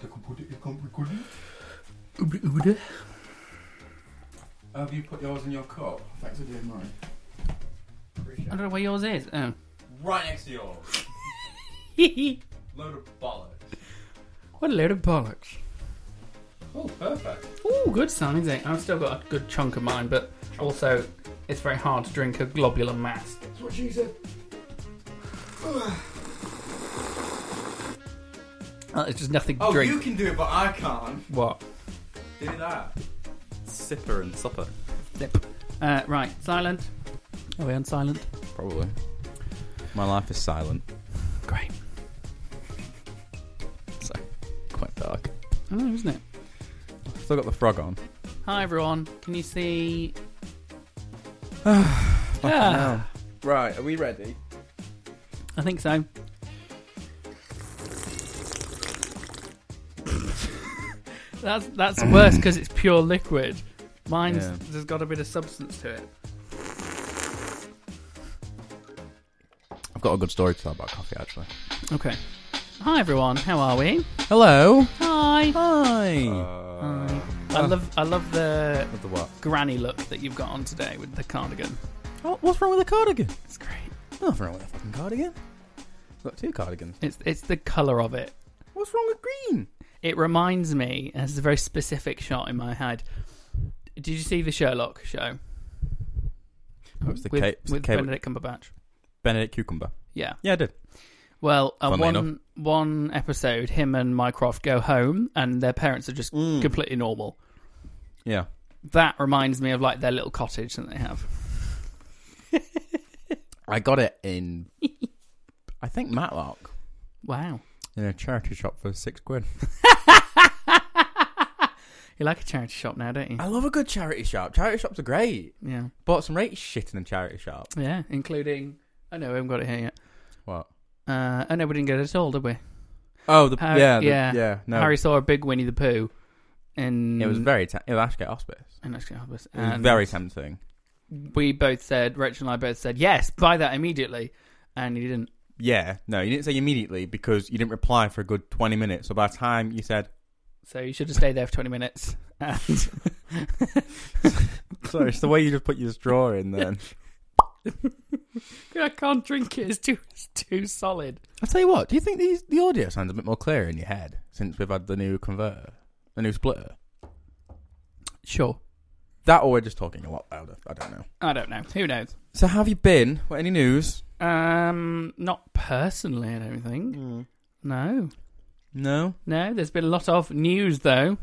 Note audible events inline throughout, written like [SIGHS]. Der Computer, der Computer. Have you put yours in your cup? Thanks for doing mine. I don't know where yours is. [LAUGHS] Oh. Right next to yours. Load of bollocks. what a load of bollocks. Oh, perfect. Ooh, good sound, is it? I've still got a good chunk of mine, but also it's very hard to drink a globular mass. That's what she said. Oh, Uh, it's just nothing to Oh, drink. you can do it, but I can't. What? Do that. Sipper and supper, Flip. Uh, right, silent. Are we on silent? probably. My life is silent. Great. So quite dark. I know, isn't it? I've still got the frog on. Hi, everyone. Can you [SIGHS] see? Fucking Ah. hell. Right, are we ready? I think so. that's that's worse because it's pure liquid. Mine's Yeah. there's got a bit of substance to it. I've got a good story to tell about coffee actually. Okay. Hi everyone, how are we? Hello. Hi. Hi. Um, I love I love the With the what? granny look that you've got on today with the cardigan. Oh, what's wrong with the cardigan? It's great. Nothing wrong with the fucking cardigan. I've got two cardigans. It's it's the colour of it. What's wrong with green? It reminds me. It's a very specific shot in my head. Did you see the Sherlock show? Oh, it's the with ca- it's the with cable- Benedict Cumberbatch. Benedict cucumber. Yeah. Yeah, I did. Well, uh, Funnily one one episode, him and Mycroft go home, and their parents are just Hmm. completely normal. Yeah. That reminds me of like their little cottage that they have. I got it in, [LAUGHS] I think Matlock, Wow, in a charity shop for six quid. you like a charity shop now, don't you? I love a good charity shop. Charity shops are great. Yeah, Bought some rate shit in a charity shop. yeah, including. Oh no, we haven't got it here yet. What? Uh, oh no, we didn't get it at all, did we? Oh, the Harry- yeah, the- yeah. yeah. No, Harry saw a big Winnie the Pooh, and it was very. Te- it was Ashgate Hospice. And actually, I was- It was and very tempting. We both said, Rachel and I both said, yes, buy that immediately, and he didn't. Yeah. No, you didn't say immediately because you didn't reply for a good twenty minutes. So by the time you said, So you should have stayed there for twenty minutes. [LAUGHS] And "Sorry, it's the way you just put your straw in," then I can't drink it. It's too it's too solid. I'll tell you what. Do you think these the audio sounds a bit more clear in your head since we've had the new converter, the new splitter? Sure. That or we're just talking a lot louder. I don't know. I don't know. Who knows? So have you been? What, any news? Um, not personally. I don't think. Mm. No, No. no. There's been a lot of news though,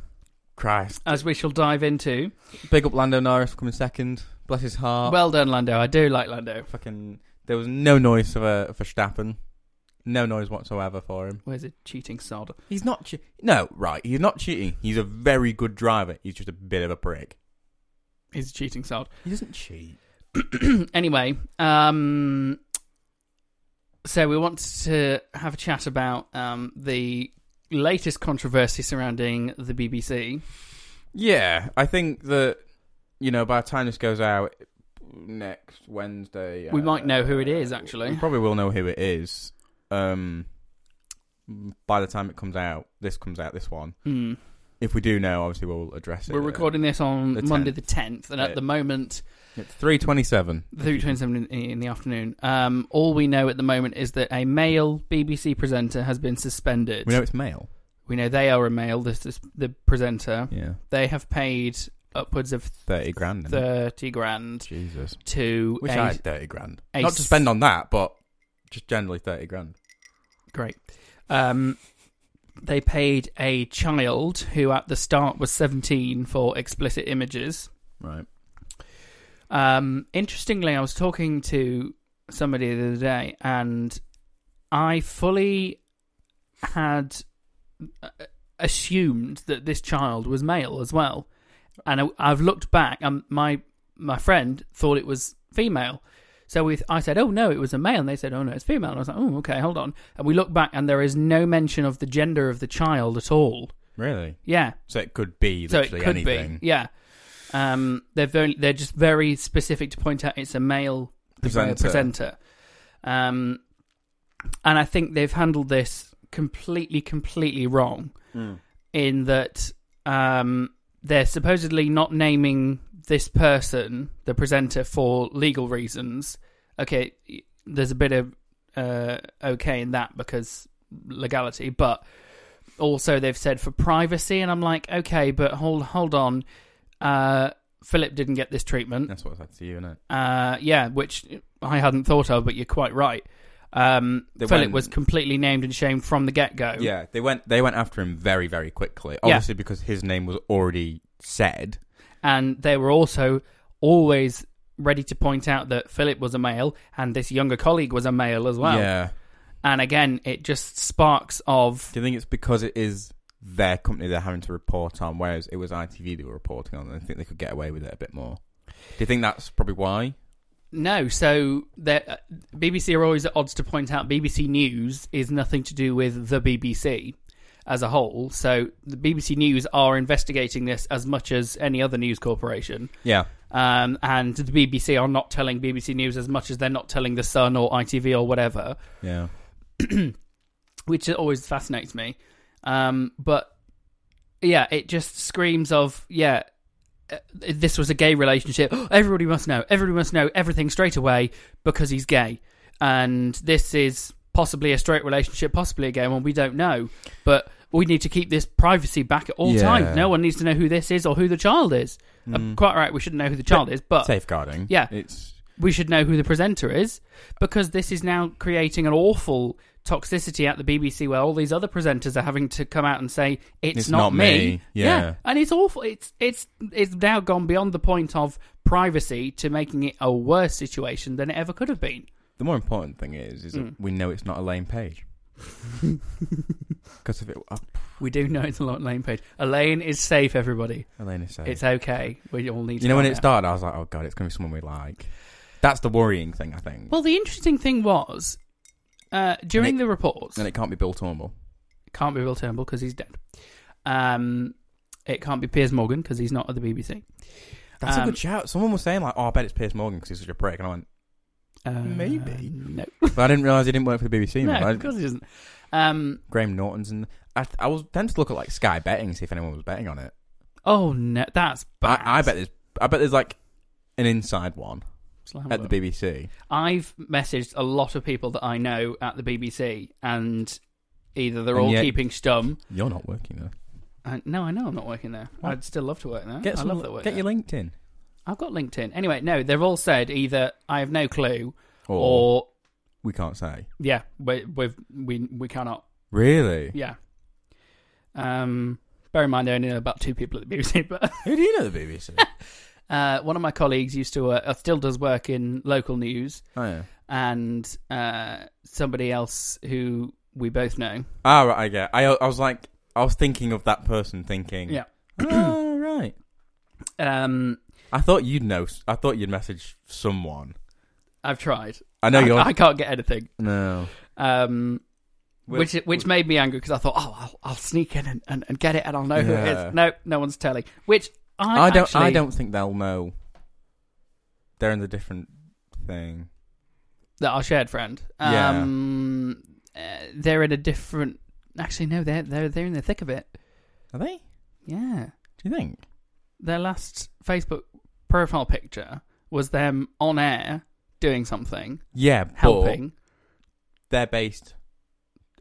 Christ. as we shall dive into. Big up Lando Norris for coming second. Bless his heart. well done, Lando. I do like Lando. fucking there was no noise for uh, for Stappen. No noise whatsoever for him. Where's it? Cheating sod. He's not che- No, right. He's not cheating. He's a very good driver. He's just a bit of a prick. He's a cheating sod. [CLEARS THROAT] He doesn't cheat. anyway, um, so we want to have a chat about um the latest controversy surrounding the BBC. Yeah, I think that you know by the time this goes out next Wednesday, uh, We might know who it is, actually. we probably will know who it is. Um, by the time it comes out, this comes out, this one. Hmm. If we do know, obviously we'll address it. We're uh, recording this on the Monday 10th. the 10th, and at Yeah. the moment, It's three twenty-seven. the 27 in, in the afternoon, um, all we know at the moment is that a male BBC presenter has been suspended. We know it's male. We know they are a male, this is the presenter. Yeah, They have paid upwards of thirty grand. isn't it? 30 grand Jesus. to Wish a- I had 30 grand. a Not to spend on that, but just generally 30 grand. Great. Um, they paid a child who at the start was 17 for explicit images. Right. Um, interestingly, I was talking to somebody the other day, and I fully had uh, assumed that this child was male as well. And I, I've looked back, and my my friend thought it was female. So we, I said, "Oh no, it was a male." And they said, "Oh no, it's female." And I was like, "Oh, okay, hold on." And we look back, and there is no mention of the gender of the child at all. Really? Yeah, So it could be so literally it could anything. be yeah um they're very they're just very specific to point out it's a male Presenter. uh, presenter um and i think they've handled this completely completely wrong in that um, they're supposedly not naming this person, the presenter, for legal reasons. Okay, there's a bit of uh, okay in that because legality, but also they've said for privacy, and I'm like, okay, but hold hold on. Uh, Philip didn't get this treatment. That's what I said to you, innit? Uh, yeah, which I hadn't thought of, but you're quite right. Um, They Philip went- was completely named and shamed from the get go. Yeah, they went they went after him very very quickly. Yeah. Obviously because his name was already said. and they were also always ready to point out that Philip was a male and this younger colleague was a male as well. Yeah. And again, it just sparks of Do you think it's because it is their company they're having to report on, whereas it was ITV they were reporting on? And I think they could get away with it a bit more. Do you think that's probably why? no. So that BBC are always at odds to point out BBC News is nothing to do with the BBC as a whole. So the BBC News are investigating this as much as any other news corporation. Yeah, Um, and the BBC are not telling BBC News as much as they're not telling The Sun or ITV or whatever. yeah. which always fascinates me. Um, but yeah, it just screams of yeah. uh, This was a gay relationship. [GASPS] Everybody must know. Everybody must know everything straight away because he's gay. And this is possibly a straight relationship, possibly a gay one. We don't know, but we need to keep this privacy back at all Yeah. Mm. times. No one needs to know who this is or who the child is. I'm quite right. We shouldn't know who the child is, Um, but Hmm. Safeguarding. Yeah. it's we should know who the presenter is because this is now creating an awful toxicity at the BBC where all these other presenters are having to come out and say it's, It's not, not me. me. Yeah. and it's awful. It's it's it's now gone beyond the point of privacy to making it a worse situation than it ever could have been. the more important thing is is Mm. that we know it's not Elaine [LAUGHS] Page. Because if it oh, We do know it's a lot lane page. Elaine is safe, everybody. Elaine is safe. It's okay. We all need. you know when calm it down. started, I was like, oh god, it's gonna be someone we like. That's the worrying thing, I think. Well, the interesting thing was uh, during it- the reports. and it can't be Bill Turnbull. can't be Will Turnbull because he's dead. Um, it can't be Piers Morgan because he's not at the BBC. That's Um, a good shout. Someone was saying like, "Oh, I bet it's Piers Morgan because he's such a prick," and I went, [LAUGHS] Uh, Maybe. no, but I didn't realize he didn't work for the BBC. man. no, I- of course he doesn't. Um, Graham Norton's and I, th- I was then to look at like Sky Betting see if anyone was betting on it. oh no, that's bad. But I, I bet there's I bet there's like an inside one Slam at the book. BBC. I've messaged a lot of people that I know at the BBC, and either they're And all yet- keeping stum. You're not working there. And, no, I know I'm not working there. What? I'd still love to work there. Get I some, love that work. Get there. your LinkedIn I've got LinkedIn. Anyway, no, they've all said either I have no clue or, or we can't say yeah, we we've, we we cannot [LAUGHS] really. Yeah. Um, bear in mind, I only know about two people at the BBC, [LAUGHS] but Who do you know at the [LAUGHS] BBC? uh, one of my colleagues used to work, uh, still does work in local news, oh yeah. and uh, somebody else who we both know. Ah right, I get. I I was like I was thinking of that person thinking. [CLEARS THROAT] Yeah. oh right. Um, I thought you'd know. s- I thought you'd message someone. I've tried. I know I, you're I can't get anything. no. Um, We're- which which made me angry because I thought, oh, I'll, I'll sneak in and, and, and get it, and I'll know who it Yeah. is. No, no one's telling. Which I, I don't. I actually- don't think they'll know. They're in the different thing. that our shared friend. Yeah. Um, uh, they're in a different. Actually, no, they're they're they're in the thick of it. Are they? Yeah, Do you think? their last Facebook profile picture was them on air doing something, Yeah, helping. helping. they're based.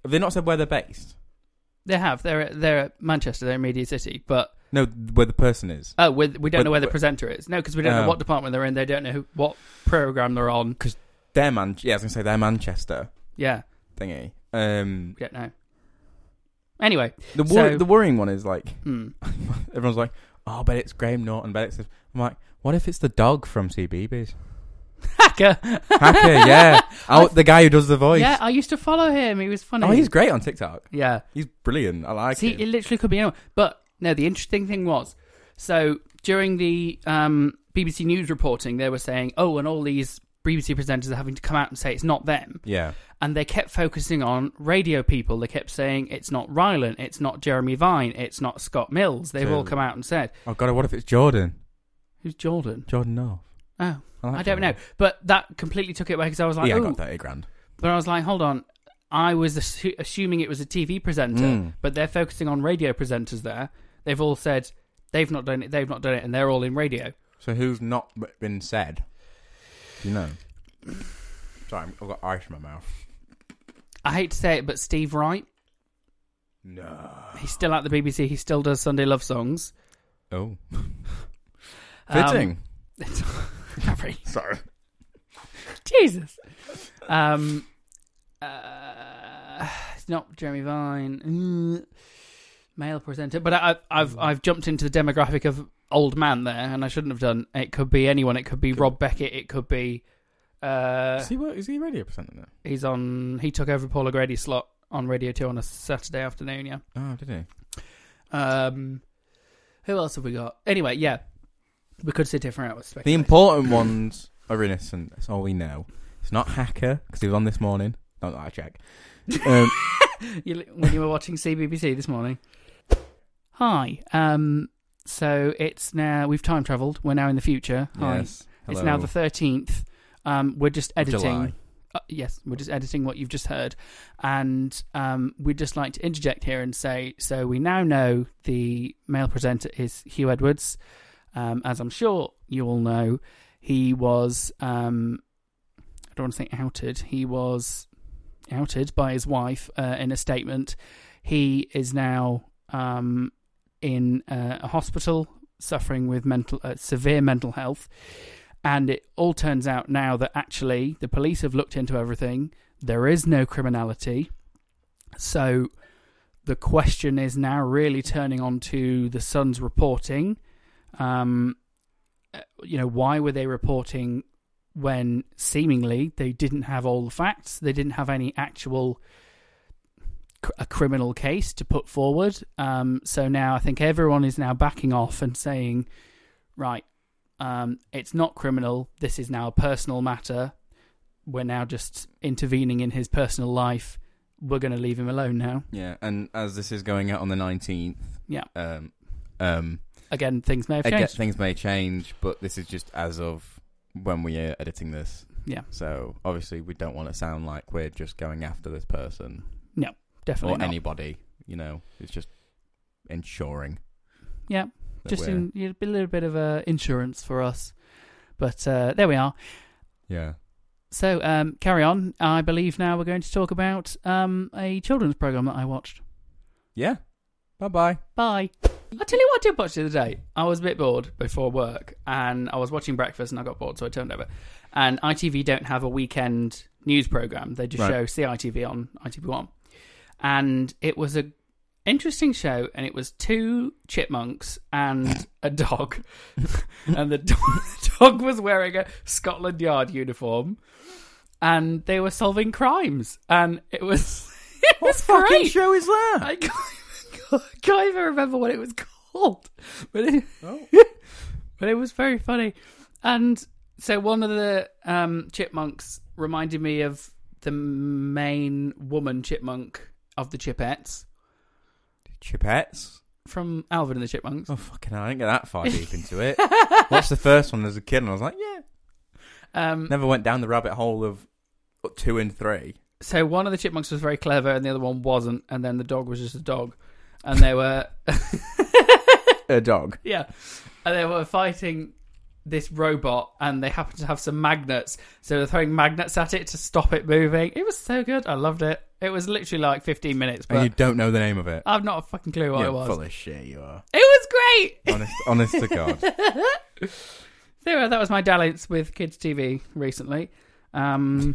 Have they not said where they're based? They have. They're at, they're at Manchester. They're in Media City, but No, where the person is. oh, with, we don't But- know where the but- presenter is. No, because we don't know Oh. what department they're in. They don't know who, what program they're on. They're Man. Yeah, I was gonna say they're Manchester Yeah, thingy. Um, we don't know. Anyway, the wor- So- the worrying one is like [LAUGHS] hmm. everyone's like, oh, but it's Graham Norton. But it's this. I'm like, what if it's the dog from CBeebies? hacker. Hacker, [LAUGHS] yeah. Oh, the guy who does the voice. yeah, I used to follow him. He was funny. Oh, he's great on TikTok. yeah. He's brilliant. I like See, him. it literally could be anyone. But no, the interesting thing was, so during the um, BBC News reporting, they were saying, "Oh, and all these BBC presenters are having to come out and say it's not them," yeah. and they kept focusing on radio people. They kept saying it's not Ryland, it's not Jeremy Vine, it's not Scott Mills. They've So- all come out and said, Oh God, what if it's Jordan? "Who's Jordan?" Jordan North. Oh, like I don't Jordan. know. But that completely took it away because I was like, yeah, I "Oh," got thirty grand. but I was like, "Hold on." I was assu- assuming it was a TV presenter, Mm. but they're focusing on radio presenters there. They've all said they've not done it, they've not done it, and they're all in radio. So who's not b- been said? Do you know? Sorry, I'm- I've got ice in my mouth. I hate to say it, but Steve Wright, No. he's still at the BBC. He still does Sunday love songs. Oh, Um, fitting. [LAUGHS] Harry. [LAUGHS] Sorry. Um, Jesus. Um, uh, it's not Jeremy Vine, Mm, male presenter. But I, I've- Mm. I've I've jumped into the demographic of old man there, and I shouldn't have done. It could be anyone. It could be Could- Rob Beckett. It could be. Uh, is, he, what, is he a radio presenter now? he's on. He took over Paul O'Grady's slot on Radio Two on a Saturday afternoon. Yeah. Oh, did he? Um, who else have we got? Anyway, yeah, we could sit here for hours. The speculating. important ones are innocent. That's all we know. It's not Hacker, because he was on this morning. Not that I check. [LAUGHS] Um, you, when you were watching CBBC this morning. Hi. Um. So it's now we've time travelled. We're now in the future. Hi. yes. It's Hello. now the thirteenth. Um. We're just Of editing. July. Uh, yes, we're just editing what you've just heard, and um, we'd just like to interject here and say so we now know the male presenter is Hugh Edwards, um, as I'm sure you all know. He was um, I don't want to say outed. He was outed by his wife uh, in a statement. He is now um, in uh, a hospital suffering with mental uh, severe mental health. And it all turns out now that actually the police have looked into everything. There is no criminality. So the question is now really turning on to the Sun's reporting. Um, uh, you know, why were they reporting when seemingly they didn't have all the facts? They didn't have any actual cr- a criminal case to put forward. Um, so now I think everyone is now backing off and saying, right, um, it's not criminal. This is now a personal matter. We're now just intervening in his personal life. We're going to leave him alone now. Yeah, and as this is going out on the 19th. Yeah. Um, um, Again, things may have again, changed. things may change, but this is just as of when we are editing this. Yeah. So obviously, we don't want to sound like we're just going after this person Definitely or not. anybody. You know, it's just ensuring. Yeah, that just we're- in, you know, a little bit of uh, insurance for us. But uh, there we are. yeah. So um, carry on. I believe now we're going to talk about um, a children's program that I watched. Yeah. Bye bye. Bye. I tell you what I did watch the other day. I was a bit bored before work, and I was watching breakfast, and I got bored, so I turned over. And ITV don't have a weekend news program; they just Right. show CITV on ITV One. And it was a interesting show, and it was two chipmunks and a dog, [LAUGHS] and the dog, the [LAUGHS] dog was wearing a Scotland Yard uniform, and they were solving crimes, and it was it was great. show is that? I [LAUGHS] can't, even- can't even remember what it was called, but it, Oh. but it was very funny. And so one of the um, chipmunks reminded me of the main woman chipmunk of the Chipettes Chipettes. from Alvin and the Chipmunks. Oh fucking! Hell, I didn't get that far deep into [LAUGHS] it. Watched the first one as a kid, and I was like, yeah. Um, Never went down the rabbit hole of two and three. so one of the chipmunks was very clever, and the other one wasn't. And then the dog was just a dog, and they were A dog. Yeah. And they were fighting this robot and they happened to have some magnets. So they're throwing magnets at it to stop it moving. It was so good. I loved it. It was literally like 15 minutes, And you but don't know the name of it. I've not a fucking clue what You're it was. full of shit. You are. It was great. Honest, [LAUGHS] honest to God. [LAUGHS] So anyway, that was my dalliance with kids TV recently. Um,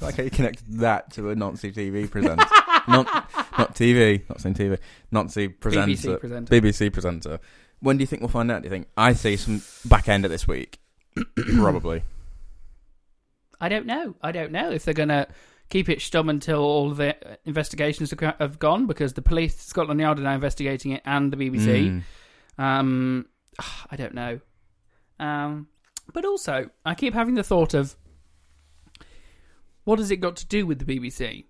Like how you connect that to a Nazi TV [LAUGHS] presenter. [LAUGHS] not not TV, not saying TV, Nazi presenter, BBC presenter. BBC presenter. When do you think we'll find out? Do you think I see some back end of this [COUGHS] week? Probably. I don't know. I don't know if they're going to keep it stum until all the investigations have go- have gone because the police, Scotland Yard, are now investigating it and the BBC. Mm. Um, [SIGHS] I don't know. Um, but also, I keep having the thought of what has it got to do with the BBC?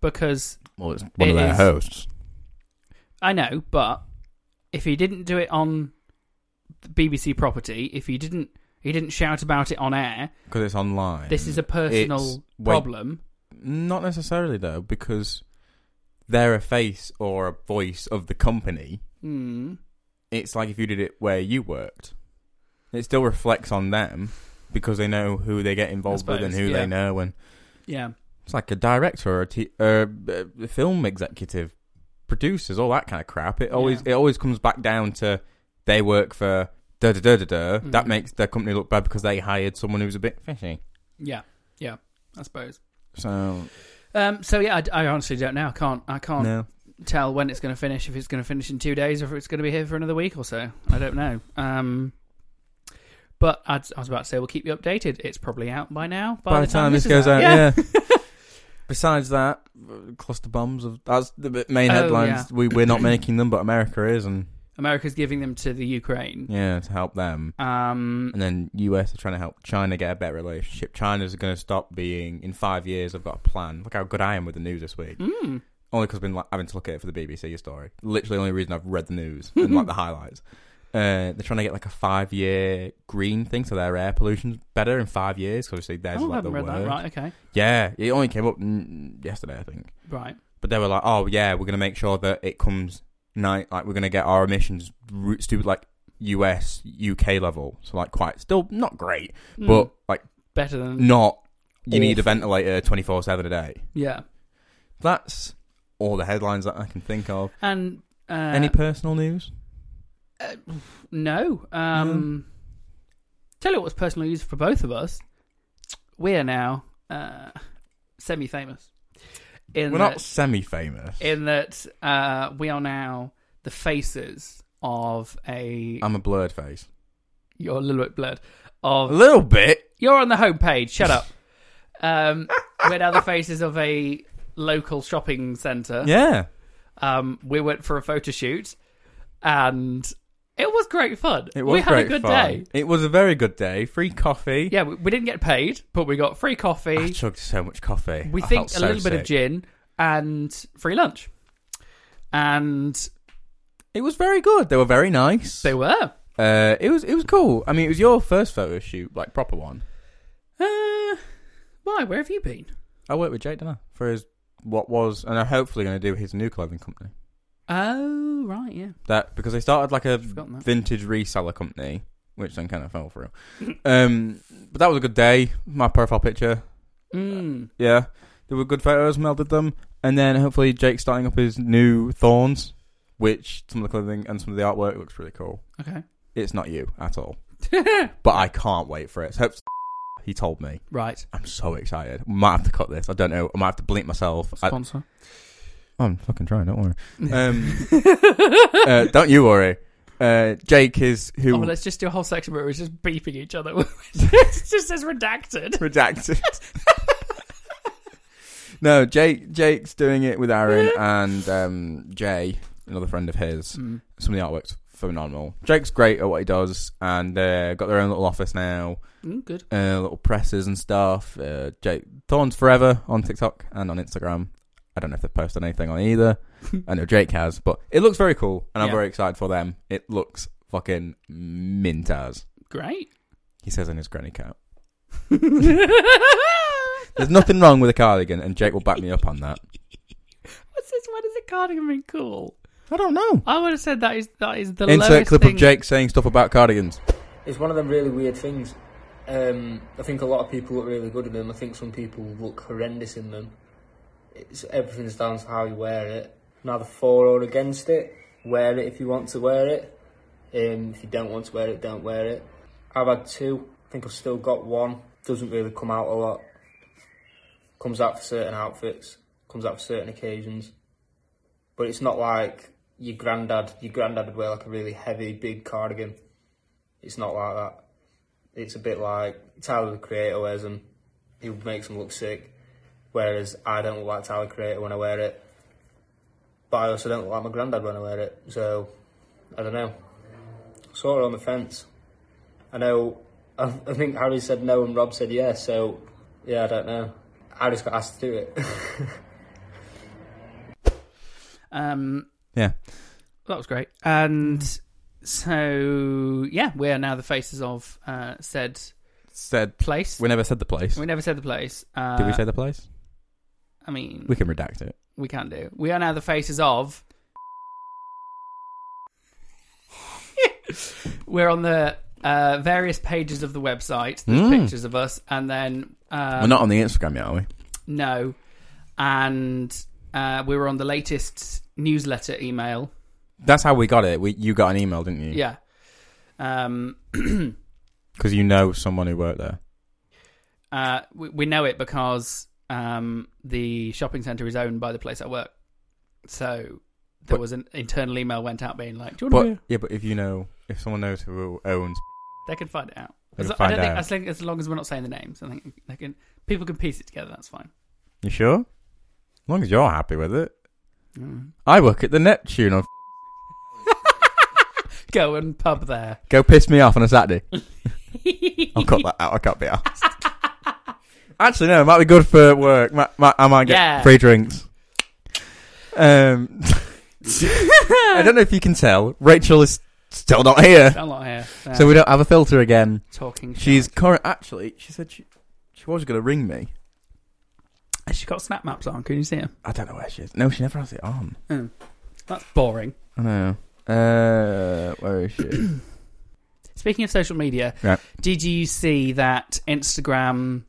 Because Well, it's one of It their is. hosts. I know, but if he didn't do it on the BBC property, if he didn't, he didn't shout about it on air. Because it's online. This is a personal It's- wait. problem. Not necessarily though, because they're a face or a voice of the company. Mm. It's like if you did it where you worked, it still reflects on them because they know who they get involved with and suppose, who yeah. they know. And Yeah. it's like a director or a, t- uh, a film executive, producers, all that kind of crap. It always Yeah. it always comes back down to they work for da da da da da. That Mhm. makes their company look bad because they hired someone who's a bit fishy. Yeah. Yeah. I suppose. So Um, so yeah, I, I honestly don't know. I can't. I can't no, tell when it's going to finish. If it's going to finish in two days, or if it's going to be here for another week or so. I don't know. Um, but I'd, I was about to say we'll keep you updated. It's probably out by now. by, the time, this is goes out, yeah. [LAUGHS] Besides that, uh, cluster bombs of that's the b- main Oh, headlines. We we're not making them, but America is, and America's giving them to the Ukraine. yeah, to help them. Um, And then US are trying to help China get a better relationship. China's going to stop being in five years. I've got a plan. Look how good I am with the news this week. mm, Only because I've been like, having to look at it for the BBC story. Literally, the only reason I've read the news and like the highlights. Uh, they're trying to get like a five-year green thing, so their air pollution's better in five years. 'cause obviously, oh, there's I like the haven't read worst. that. Right. Okay. Yeah, it only came up mm, yesterday, I think. Right. But they were like, "Oh yeah, we're gonna make sure that it comes night. Like we're gonna get our emissions r- stupid like US UK level. So like quite still not great, Mm, but like better than not. You need a Awful. ventilator twenty four seven a day. yeah. That's all the headlines that I can think of. And uh, Any personal news? Uh, no. Um, Tell you what's personal use for both of us. We are now uh, semi-famous. In We're that, not semi famous. in that uh, we are now the faces of a. I'm a blurred face. you're a little bit blurred. A Of little bit. you're on the homepage. Shut up. um, we're now the faces of a local shopping centre. Yeah. Um, we went for a photo shoot, and it was great fun. It was we had great a good fun. day. It was a very good day. Free coffee. Yeah, we, we didn't get paid, but we got free I coffee. chugged so much coffee. We I think felt a so little bit of sick. gin and free lunch. And It was very good. They were very nice. they were. Uh, it was it was cool. I mean, it was your first photo shoot, like proper one. Uh, why? Where have you been? I worked with Jake Dunner for his what was, and I'm hopefully going to do his new clothing company. Oh, right, yeah. That because they started like a Forgotten that. vintage reseller company, which then kind of fell through. um, but that was a good day. My profile picture, Mm. yeah, they were good photos. Melded them, and then hopefully Jake's starting up his new Thorns, which some of the clothing and some of the artwork looks really cool. [LAUGHS] Okay. It's not you at all, but I can't wait for it. So hope- [LAUGHS] he told me. right. I'm so excited. Might have to cut this. I don't know. I might have to bleep myself. I, [LAUGHS] Sponsor. am fucking trying. Don't worry. Um, uh, [LAUGHS] don't you worry. Uh, Jake is oh, who well, let's just do a whole section where we're just beeping each other. [LAUGHS] it just says redacted. [LAUGHS] redacted. [LAUGHS] no, Jake. Jake's doing it with Aaron and um, Jay, another friend of his. Mm. Some of the artwork's phenomenal. Jake's great at what he does, and uh, got their own little office now, Mm, good. uh, little presses and stuff. Uh, Jake Thorns Forever on TikTok and on Instagram. I don't know if they've posted anything on [LAUGHS] either. I know Drake has, but it looks very cool, and I'm Yeah. very excited for them. It looks fucking mint as Great. he says in his granny [LAUGHS] cap. There's nothing wrong with a cardigan, and Jake will back me up on that. What's this? Why does a cardigan mean cool? I don't know. I would have said that is that is the Insert lowest clip thing. of Jake saying stuff about cardigans. it's one of them really weird things. Um, I think a lot of people look really good in them. I think some people look horrendous in them. It's everything's down to how you wear it. Neither for or against it. Wear it if you want to wear it. Um, if you don't want to wear it, don't wear it. I've had two. I think I've still got one. Doesn't really come out a lot. Comes out for certain outfits. Comes out for certain occasions. But it's not like your granddad. Your granddad would wear like a really heavy, big cardigan. It's not like that. It's a bit like Tyler the Creator wears them. He makes them look sick. Whereas I don't look like Tyler the Creator when I wear it. But I also don't look like my granddad when I wear it. So, I don't know. Sort of on the fence. I know, [LAUGHS] I, I think Harry said no and Rob said yes. So, yeah, I don't know. I just got asked to do it. [LAUGHS] Um, Yeah. that was great. And so, yeah, we are now the faces of uh, said Said place. we never said the place. We never said the place. Uh, Did we say the place? I mean, We can redact it. we can do. We are now the faces of. [LAUGHS] We're on the uh, various pages of the website. There's Mm. pictures of us, and then uh, We're not on the Instagram yet, are we? no, and uh, we were on the latest newsletter email. That's how we got it. We you got an email, didn't you? Yeah, um, [CLEARS THROAT] Because you know someone who worked there. uh, we, we know it because um, the shopping centre is owned by the place I work. So there But- was an internal email went out being like, "Do you want But to yeah. but if you know, if someone knows who owns, They can find it out. They As, can I find don't think, out. as, long, as long as we're not saying the names, I think they can. People can piece it together. That's fine. you sure? As long as you're happy with it. Mm. I work at the Neptune on Go and pub there. Go piss me off on a Saturday. I'll cut that out. I can't be [LAUGHS] asked. Actually, no, it might be good for work. Might, might, I might get Yeah. free drinks. Um, [LAUGHS] Oh. I don't know if you can tell. Rachel is still not here, I'm not here. Uh, so we don't have a filter again. talking. She's She's current. Actually, she said she she was going to ring me. she's got snap maps on. Can you see them? I don't know where she is. No, she never has it on. That's boring. I know. Uh, where is she? Speaking of social media, Right. did you see that Instagram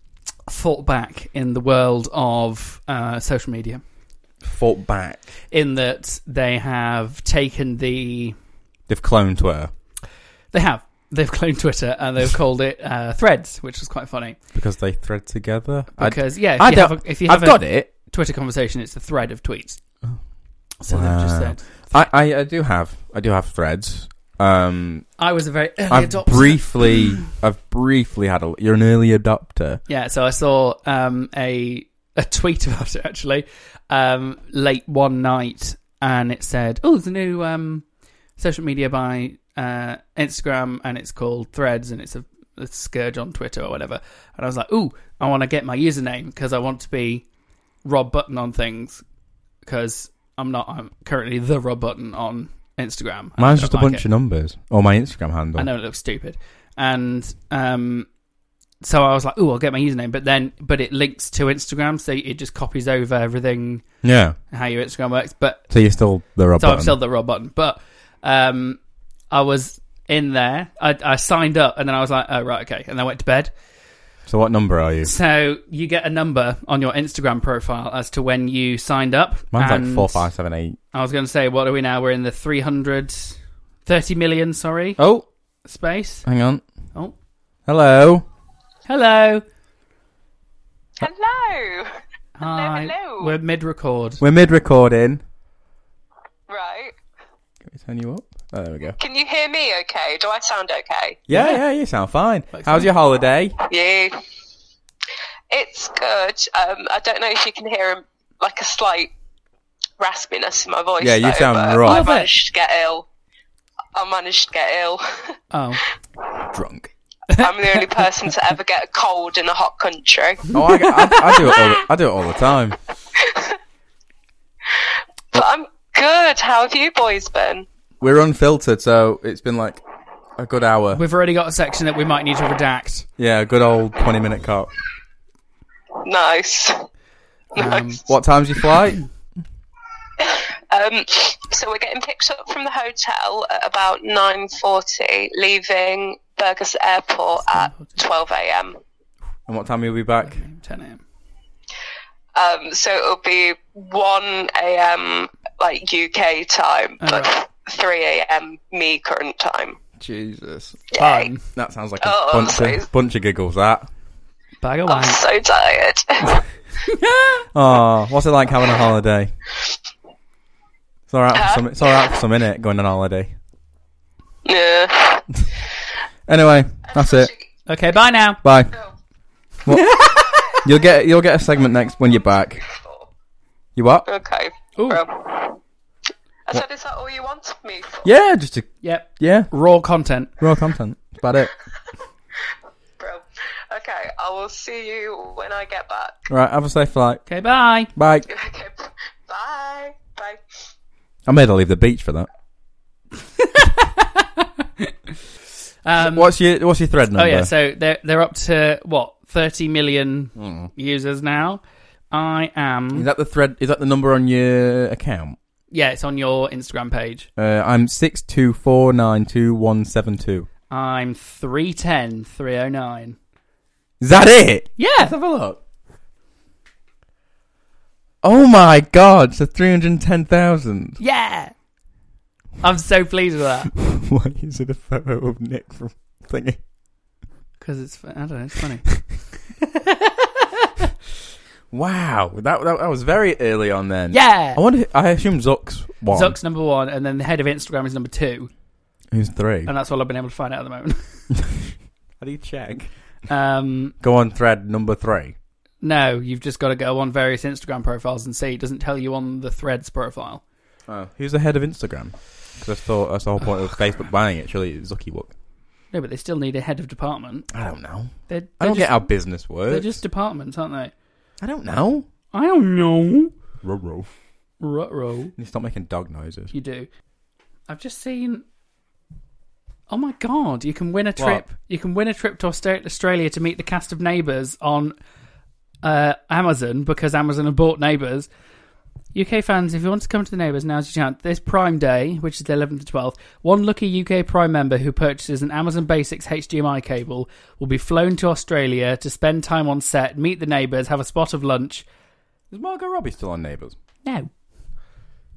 fought back in the world of uh, social media? [COUGHS] Fought back. In that they have taken the They've cloned Twitter they have they've [LAUGHS] cloned Twitter and they've called it uh, Threads, which was quite funny. because they thread together. I- Because yeah, if I you don't- have a, if you have I've a got it. Twitter conversation, it's the thread of tweets. Oh. So they've Wow. just said, I, I, I do have. I do have threads. Um, I was a very early I've adopter. briefly, I've briefly had a. You're an early adopter. Yeah, so I saw um, a a tweet [LAUGHS] about it actually um, late one night, and it said, "Oh, there's a new um, social media by uh, Instagram, and it's called Threads, and it's a, a scourge on Twitter or whatever." And I was like, "Ooh, I want to get my username because I want to be Rob Button on things because I'm not. I'm currently the Rob Button on Instagram. I Mine's don't just a like bunch it. of numbers or my Instagram handle. I know it looks stupid. And um, so I was like, "Ooh, I'll get my username," but then, but it links to Instagram, so it just copies over everything Yeah. how your Instagram works. But So you're still the robot. so I'm still the Rob button. But um, I was in there. I, I signed up, and then I was like, "Oh right, okay," and I went to bed. so what number are you? So you get a number on your Instagram profile as to when you signed up. Mine's like and four, five, seven, eight. I was going to say, what are we now? We're in the 330 million, sorry, Oh, space. hang on. Oh. Hello. Hello. Hello. [LAUGHS] Hi. hello. We're mid record. We're mid recording. Right. Can we turn you up? Oh, there we go. Can you hear me okay? Do I sound okay? Yeah, yeah, you sound fine. Thanks, How's mate. your holiday? Yeah. It's good. Um, I don't know if you can hear um, like a slight raspiness in my voice. Yeah, you though, sound but rough. I Love it. managed to get ill. I managed to get [LAUGHS] ill. Oh. Drunk. I'm the only person to ever get a cold in a hot country. Oh, I, I, I do it all. The, I do it all the time. But I'm good. How have you boys been? We're unfiltered, so it's been like a good hour. We've already got a section that we might need to redact. Yeah, a good old twenty-minute cop. Nice. Um, Nice. What time's your flight? Um, so we're getting picked up from the hotel at about 9.40, leaving Burgas Airport at 12 a.m. And what time will you be back? 10 a.m. Um, so it'll be 1 a.m. like UK time, but 3 a.m. me current time. Jesus, Yay. Fun. that sounds like a Oh, bunch sorry. of bunch of giggles. That. Bag of I'm wine. so tired. Oh, what's it like having a holiday? It's all right. For some, it's all right for some minute going on holiday. yeah. Anyway, that's it. Okay, bye now. Bye. What? you'll get you'll get a segment next when you're back. You what? Okay. Ooh. Well, I said, is that all you wanted me for? Yeah, just a, Yep. yeah, Raw content. raw content. That's about it. Bro. Okay, I will see you when I get back. [LAUGHS] Right, have a safe flight. Okay, bye. Bye. Okay, bye. Bye. I made her leave the beach for that. [LAUGHS] Um, What's your What's your thread number? oh, yeah, so they're, they're up to, what, 30 million users now. I am. Hmm. Is that the thread? Is that the number on your account? yeah, it's on your Instagram page. Uh, I'm six two four nine two one seven two. I'm 310 309. Is that it? Yeah. Let's have a look. Oh my god! So three hundred ten thousand. [LAUGHS] Yeah. I'm so pleased with [LAUGHS] that Why is it a photo of Nick from thingy? because it's I don't know, it's funny. Wow, that, that that was very early on then. [LAUGHS] Yeah. I wonder. I assume Zuck's one. Zuck's number one, and then the head of Instagram is number two, who's three? and that's all I've been able to find out at the moment. [LAUGHS] How do you check? Um, Go on, thread number three. no, you've just got to go on various Instagram profiles and see. It doesn't tell you on the Threads profile. Oh, who's the head of Instagram? Because I thought that's the whole point of Facebook buying it. Surely it's Zucky Wook. No, but they still need a head of department. I don't know. They're, they're I don't just, get how business works. They're just departments, aren't they? I don't know. I don't know. Ruh-roh. Ruh-roh. You stop making dog noises. You do. I've just seen. Oh my god! You can win a trip. You can win a trip to Austa- Australia to meet the cast of Neighbours on uh, Amazon because Amazon have bought Neighbours. UK fans, if you want to come to the Neighbours, now's your chance. This Prime Day, which is the 11th to 12th, one lucky UK Prime member who purchases an Amazon Basics HDMI cable will be flown to Australia to spend time on set, meet the neighbours, have a spot of lunch. Is Margot Robbie still on Neighbours? No.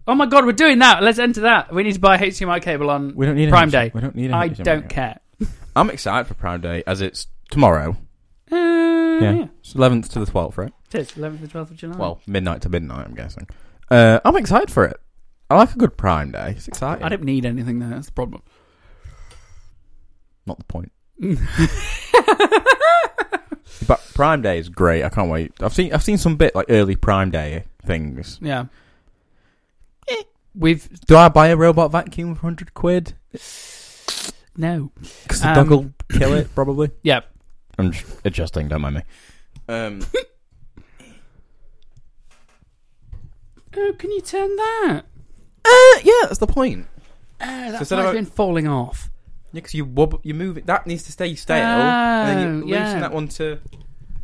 Oh my god, we're doing that. Let's enter that. We need to buy a HDMI cable on We don't need a Prime H- Day. we don't need a I HDMI don't cable. care. I'm excited for Prime Day as it's tomorrow. Uh, yeah. It's 11th to the 12th, right? It is 11th to 12th of July. Well, midnight to midnight, I'm guessing. Uh, I'm excited for it. I like a good Prime Day. It's exciting. I don't need anything there. That's the problem. Not the [LAUGHS] point. But Prime Day is great. I can't wait. I've seen I've seen some bit like early Prime Day things. yeah. Eh, We've Do I buy a robot vacuum for hundred quid? no. Because the Um, dog will kill it probably. Yeah. [LAUGHS] I'm just adjusting. Don't mind me. Um, Oh, can you turn that? uh, [LAUGHS] yeah, that's the point. Oh, So that's instead why of it's a- been falling off. Because you wob- you move it. That needs to stay stale. and then you Oh, loosen yeah. that one to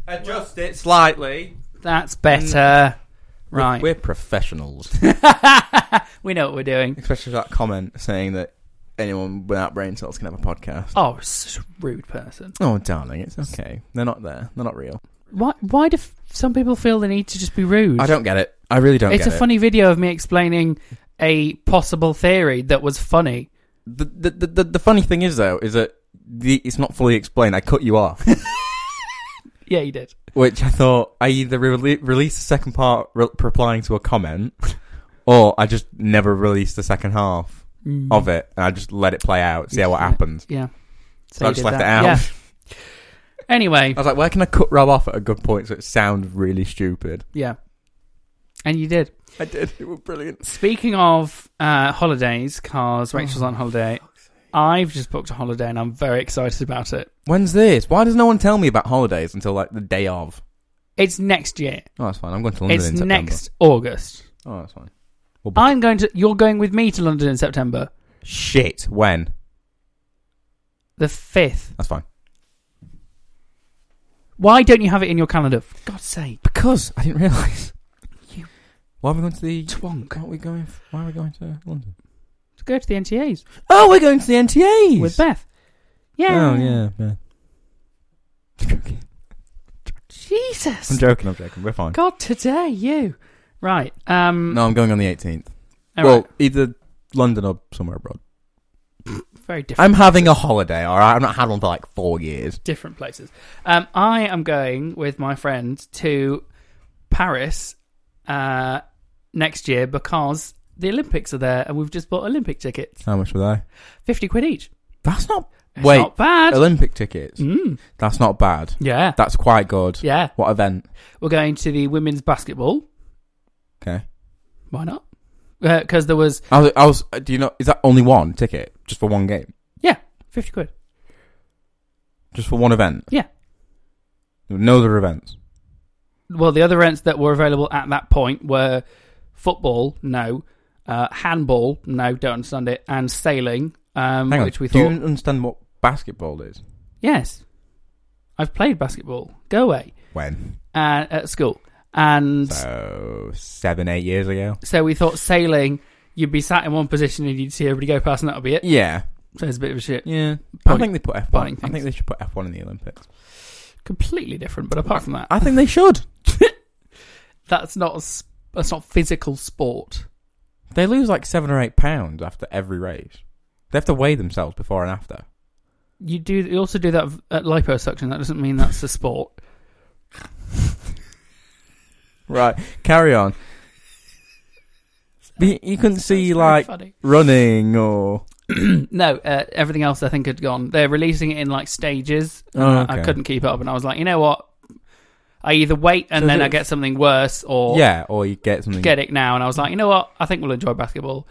adjust it slightly. That's better. Right. We're professionals. we know what we're doing. [LAUGHS] Especially that comment saying that anyone without brain cells can have a podcast. Oh, such a rude person. Oh, darling, it's okay. They're not there. They're not real. Why? Why do f- some people feel the need to just be rude? I don't get it. I really don't. it's a get it. funny video of me explaining a possible theory that was funny. The, the, the, the, the funny thing is though is that the, it's not fully explained. I cut you [LAUGHS] off, Yeah, you did. which I thought I either re- released the second part re- replying to a comment, or I just never released the second half of it, and I just let it play out, see how what Yeah. happens. Oh. Yeah. So I you just did left that. it out. Oh. Yeah. Anyway, I was like, where can I cut Rob off at a good point so it sounds really stupid? yeah. And you did. I did. It was brilliant. Speaking of uh, holidays, cars, Rachel's on holiday. I've just booked a holiday and I'm very excited about it. When's this? Why does no one tell me about holidays until like the day of? It's next year. Oh, that's fine. I'm going to London it's in September. next August. Oh, that's fine. We'll book I'm going to. You're going with me to London in September, it. Shit. When? the fifth. That's fine. Why don't you have it in your calendar? For God's sake, Because I didn't realise. You- Why are we going to the? twonk. Aren't we going? Why are we going to London? Go to the NTAs Oh, we're going to the NTAs with Beth. Yeah. Oh yeah, yeah. Joking. Jesus. I'm joking. I'm joking. We're fine. God, today you. Right. Um. No, I'm going on the 18th. all well, right. either London or somewhere abroad. very different. I'm having a holiday. All right, I've not had one for like four years. different places. Um, I am going with my friend to Paris uh, next year because the Olympics are there, and we've just bought Olympic tickets, How much were they? fifty quid each. That's not. It's Wait, not bad. Olympic tickets. Mm. That's not bad. Yeah, That's quite good. yeah. What event? We're going to the women's basketball. Okay. Why not? Because there was I was, I was. uh, Do you know? Is that only one ticket just for one game? yeah, fifty quid. Just for one event? Yeah. There were no other events. Well, the other events that were available at that point were football, no, uh, handball, no, don't understand it, and sailing, um, Hang on. which we Do you thought. understand what basketball is? Yes, I've played basketball. Go away When? uh, at school, And so, So seven, eight years ago. we thought sailing, you'd be sat in one position and you'd see everybody go past, and that'll be it. Yeah, So it's a bit of a shit. yeah. I Point- think they put F pointing one. I things. think they should put F one in the Olympics. Completely different. But apart from that, I think they should. that's not a s- that's not physical sport. [LAUGHS] They lose like seven or eight pounds after every race. They have to weigh themselves before and after. You do you also do that v- at liposuction. That doesn't mean that's a sport. Right, carry [LAUGHS] on. But you- you couldn't see That's very like funny. running or no, uh, everything else I think had gone. They're releasing it in like stages. and Oh, I okay. couldn't keep up, and I was like, you know what? I either wait and So then the- I get something worse, or yeah, or you get something. get it now. And I was like, you know what? I think we'll enjoy basketball.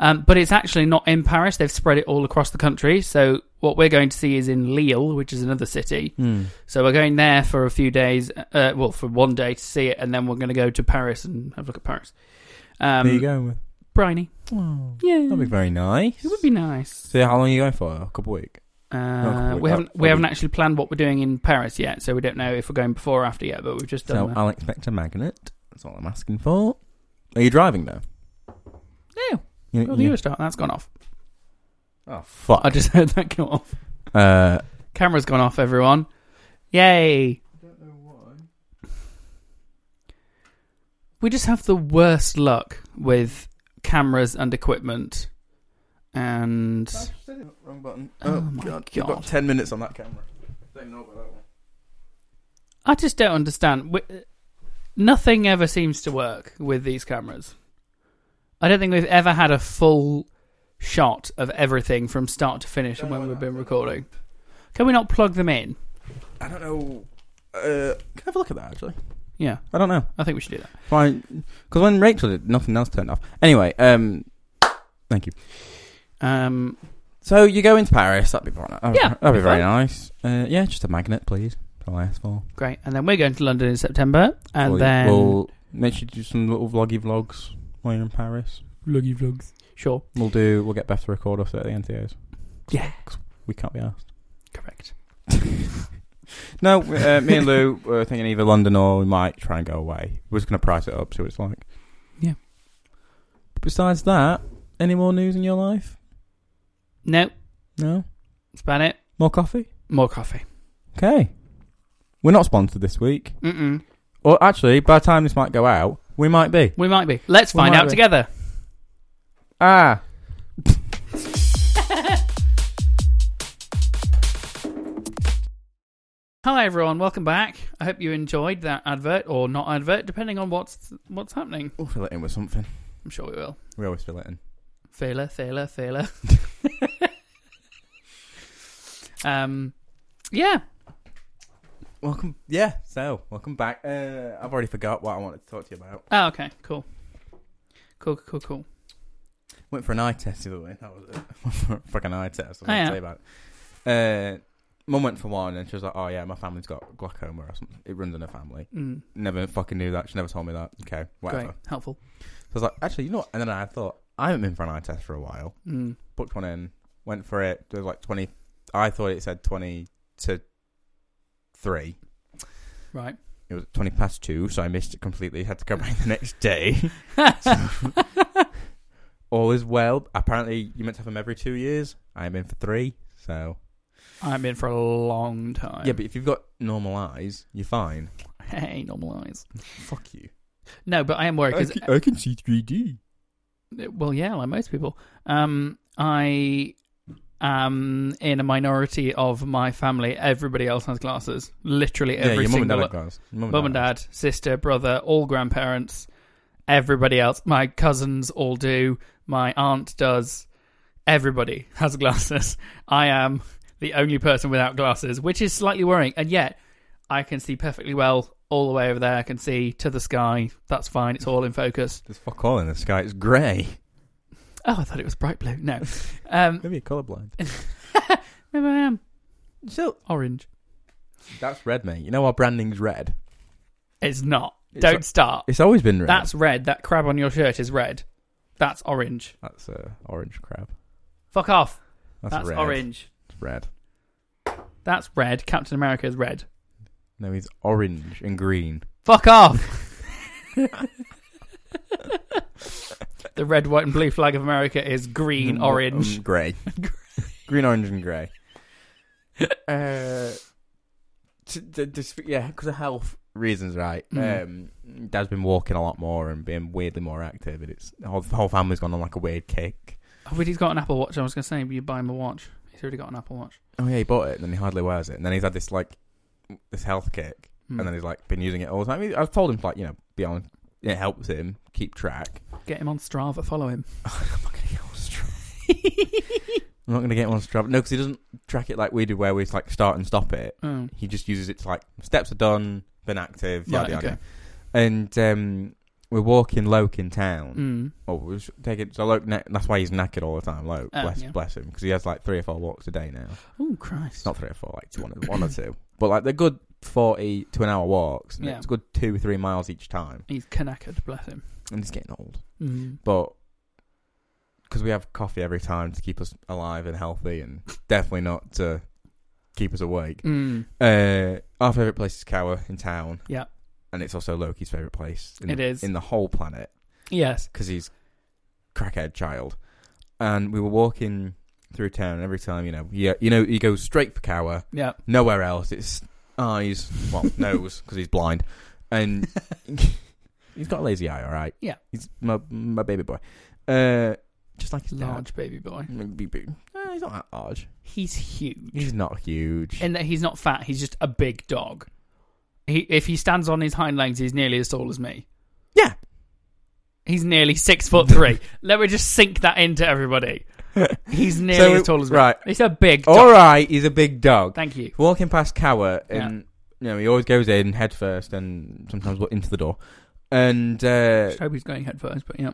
Um, but it's actually not in Paris. They've spread it all across the country. So what we're going to see is in Lille, which is another city. Hmm. So we're going there for a few days. Uh, well, for one day to see it, and then we're going to go to Paris and have a look at Paris. Um, there you go. with- Briny. Yeah, Oh, That'd be very nice. it would be nice. So how long are you going for? A couple of weeks. Uh, we- we haven't uh, we we- haven't actually planned what we're doing in Paris yet, so we don't know if we're going before or after yet. But we've just So um, done. that. I'll expect a magnet. That's all I'm asking for. Are you driving though? No, You- well, the you- Eurostar that's gone off. Oh fuck! I just [LAUGHS] heard that go off. uh, Camera's gone off. Everyone, yay! I don't know why. We just have the worst luck with cameras and equipment. And wrong button. Oh, Oh, my God. You've got God. ten minutes on that camera. Don't know about that one. I just don't understand. We- Nothing ever seems to work with these cameras. I don't think we've ever had a full shot of everything from start to finish and when we've been recording. Can we not plug them in? I don't know. Uh, can I have a look at that actually? Yeah, I don't know. I think we should do that. Fine. Because when Rachel did, nothing else turned off. Anyway, um, thank you. Um, So you go into Paris. That'd be fun. That'd, Yeah, that'd be be very fun. nice. Uh, yeah, just a magnet, please. That's all I asked for. great. And then we're going to London in September. And we'll, then. we'll make sure you do some little vloggy vlogs while you're in Paris. Vloggy vlogs. Sure. We'll do. We'll get Beth to record us at the NTOs. Yeah. We can't be asked. Correct. [LAUGHS] No, uh, me and Lou were thinking either London or we might try and go away. We're just going to price it up, see what it's like. Yeah. But besides that, any more news in your life? No, No. that's about it. More coffee? More coffee. Okay. We're not sponsored this week. Mm-mm. Or actually, by the time this might go out, we might be. We might be. Let's We find might out be. together. Ah. Hi everyone, welcome back. I hope you enjoyed that advert or not advert, depending on what's what's happening. We'll fill it in with something. I'm sure we will. We always fill it in. Failer, failer, failer. [LAUGHS] um, yeah. Welcome. Yeah, so, welcome back. Uh, I've already forgot what I wanted to talk to you about. Oh, okay. Cool. Cool. Cool. Cool. Went for an eye test the other way. That was it. [LAUGHS] Fucking eye test. I was Oh, yeah. going to say about it. Uh, Mum went for one and she was like, oh yeah, my family's got glaucoma or something. It runs in her family. Mm, Never fucking knew that. She never told me that. Okay, whatever. great. Helpful. So I was like, actually, you know what? And then I thought, I haven't been for an eye test for a while. Mm. Booked one in, went for it. There was like 20. I thought it said 20 to 3. Right. It was 20 past 2, so I missed it completely. Had to go back the next day. [LAUGHS] [LAUGHS] All is well. Apparently, you're meant to have them every two years. I'm in for three, so. I'm in for a long time. Yeah, but if you've got normal eyes, you're fine. [LAUGHS] Hey, normalise. Fuck you. No, but I am worried because I can see 3D. well, yeah, like most people, um, I am in a minority of my family. Everybody else has glasses. Literally Yeah, every your mum and single dad have glasses. Your mum and dad, sister, brother, all grandparents, everybody else. My cousins all do. My aunt does. Everybody has [LAUGHS] glasses. I am the only person without glasses, which is slightly worrying. And yet, I can see perfectly well all the way over there. I can see to the sky. That's fine. It's all in focus. There's fuck all in the sky. It's grey. Oh, I thought it was bright blue. [LAUGHS] No. Um, Maybe you're [LAUGHS] colourblind. maybe I am. so, Orange. that's red, mate. You know our branding's red. It's not. It's Don't a- start. It's always been red. That's red. That crab on your shirt is red. That's orange. That's uh, orange crab. Fuck off. That's, That's, red. orange. It's red. That's red. Captain America is red. [LAUGHS] No, he's orange and green. Fuck off. The red, white, and blue flag of America is green, orange. Um, [LAUGHS] grey. green, orange, and grey. uh, t- t- just- yeah, because of health reasons, right? Mm. Um, Dad's been walking a lot more and being weirdly more active, and it's the whole, the whole family's gone on like a weird kick. Oh, but he's got an Apple Watch. I was going to say, you buy him a watch. He's already got an Apple Watch. Oh yeah, he bought it, and then he hardly wears it, and then he's had this like this health kick, Hmm. and then he's like been using it all the time. I mean, I've told him like you know, be honest, it helps him keep track. Get him on Strava. Follow him. [LAUGHS] I'm not gonna get on Strava. [LAUGHS] I'm not gonna get him on Strava. No, because he doesn't track it like we do, where we like start and stop it. Oh. He just uses it to like steps are done, been active, yada Right, yada. okay. And um, we're walking Loke in town. Mm. Oh, we should take it. So Loke, ne- that's why he's knackered all the time. Loke, Oh, bless, yeah. bless him, because he has like three or four walks a day now. Oh, Christ. Not three or four, like [COUGHS] one, or- one or two. But like they're good forty to an hour walks. And Yeah. it's a good two, three miles each time. He's knackered, bless him. And he's getting old Mm. but because we have coffee every time to keep us alive and healthy, and definitely not to keep us awake. Mm. Uh, our favorite place is Cower in town. Yeah. and it's also Loki's favorite place. In It the, is. in the whole planet Yes. because he's crackhead child. And we were walking through town, and every time you know, yeah, you know, he goes straight for Cower, Yeah. nowhere else. It's eyes, [LAUGHS] well, nose, because he's blind, and he's got a lazy eye. All right, Yeah. he's my my baby boy, uh, just like his Large baby boy. dad. Big, big. Uh, he's not that large. He's huge. He's not huge. In that he's not fat. He's just a big dog. He, if he stands on his hind legs, he's nearly as tall as me. yeah, He's nearly six [LAUGHS] foot three. Let me just sink that into everybody. He's nearly So, as tall as me. right. He's a big dog. all right. He's a big dog. Thank you. Walking past Cower, and you know, he always goes in head first, and sometimes look into the door, and. Uh, Just hope he's going head first, [LAUGHS] but yeah.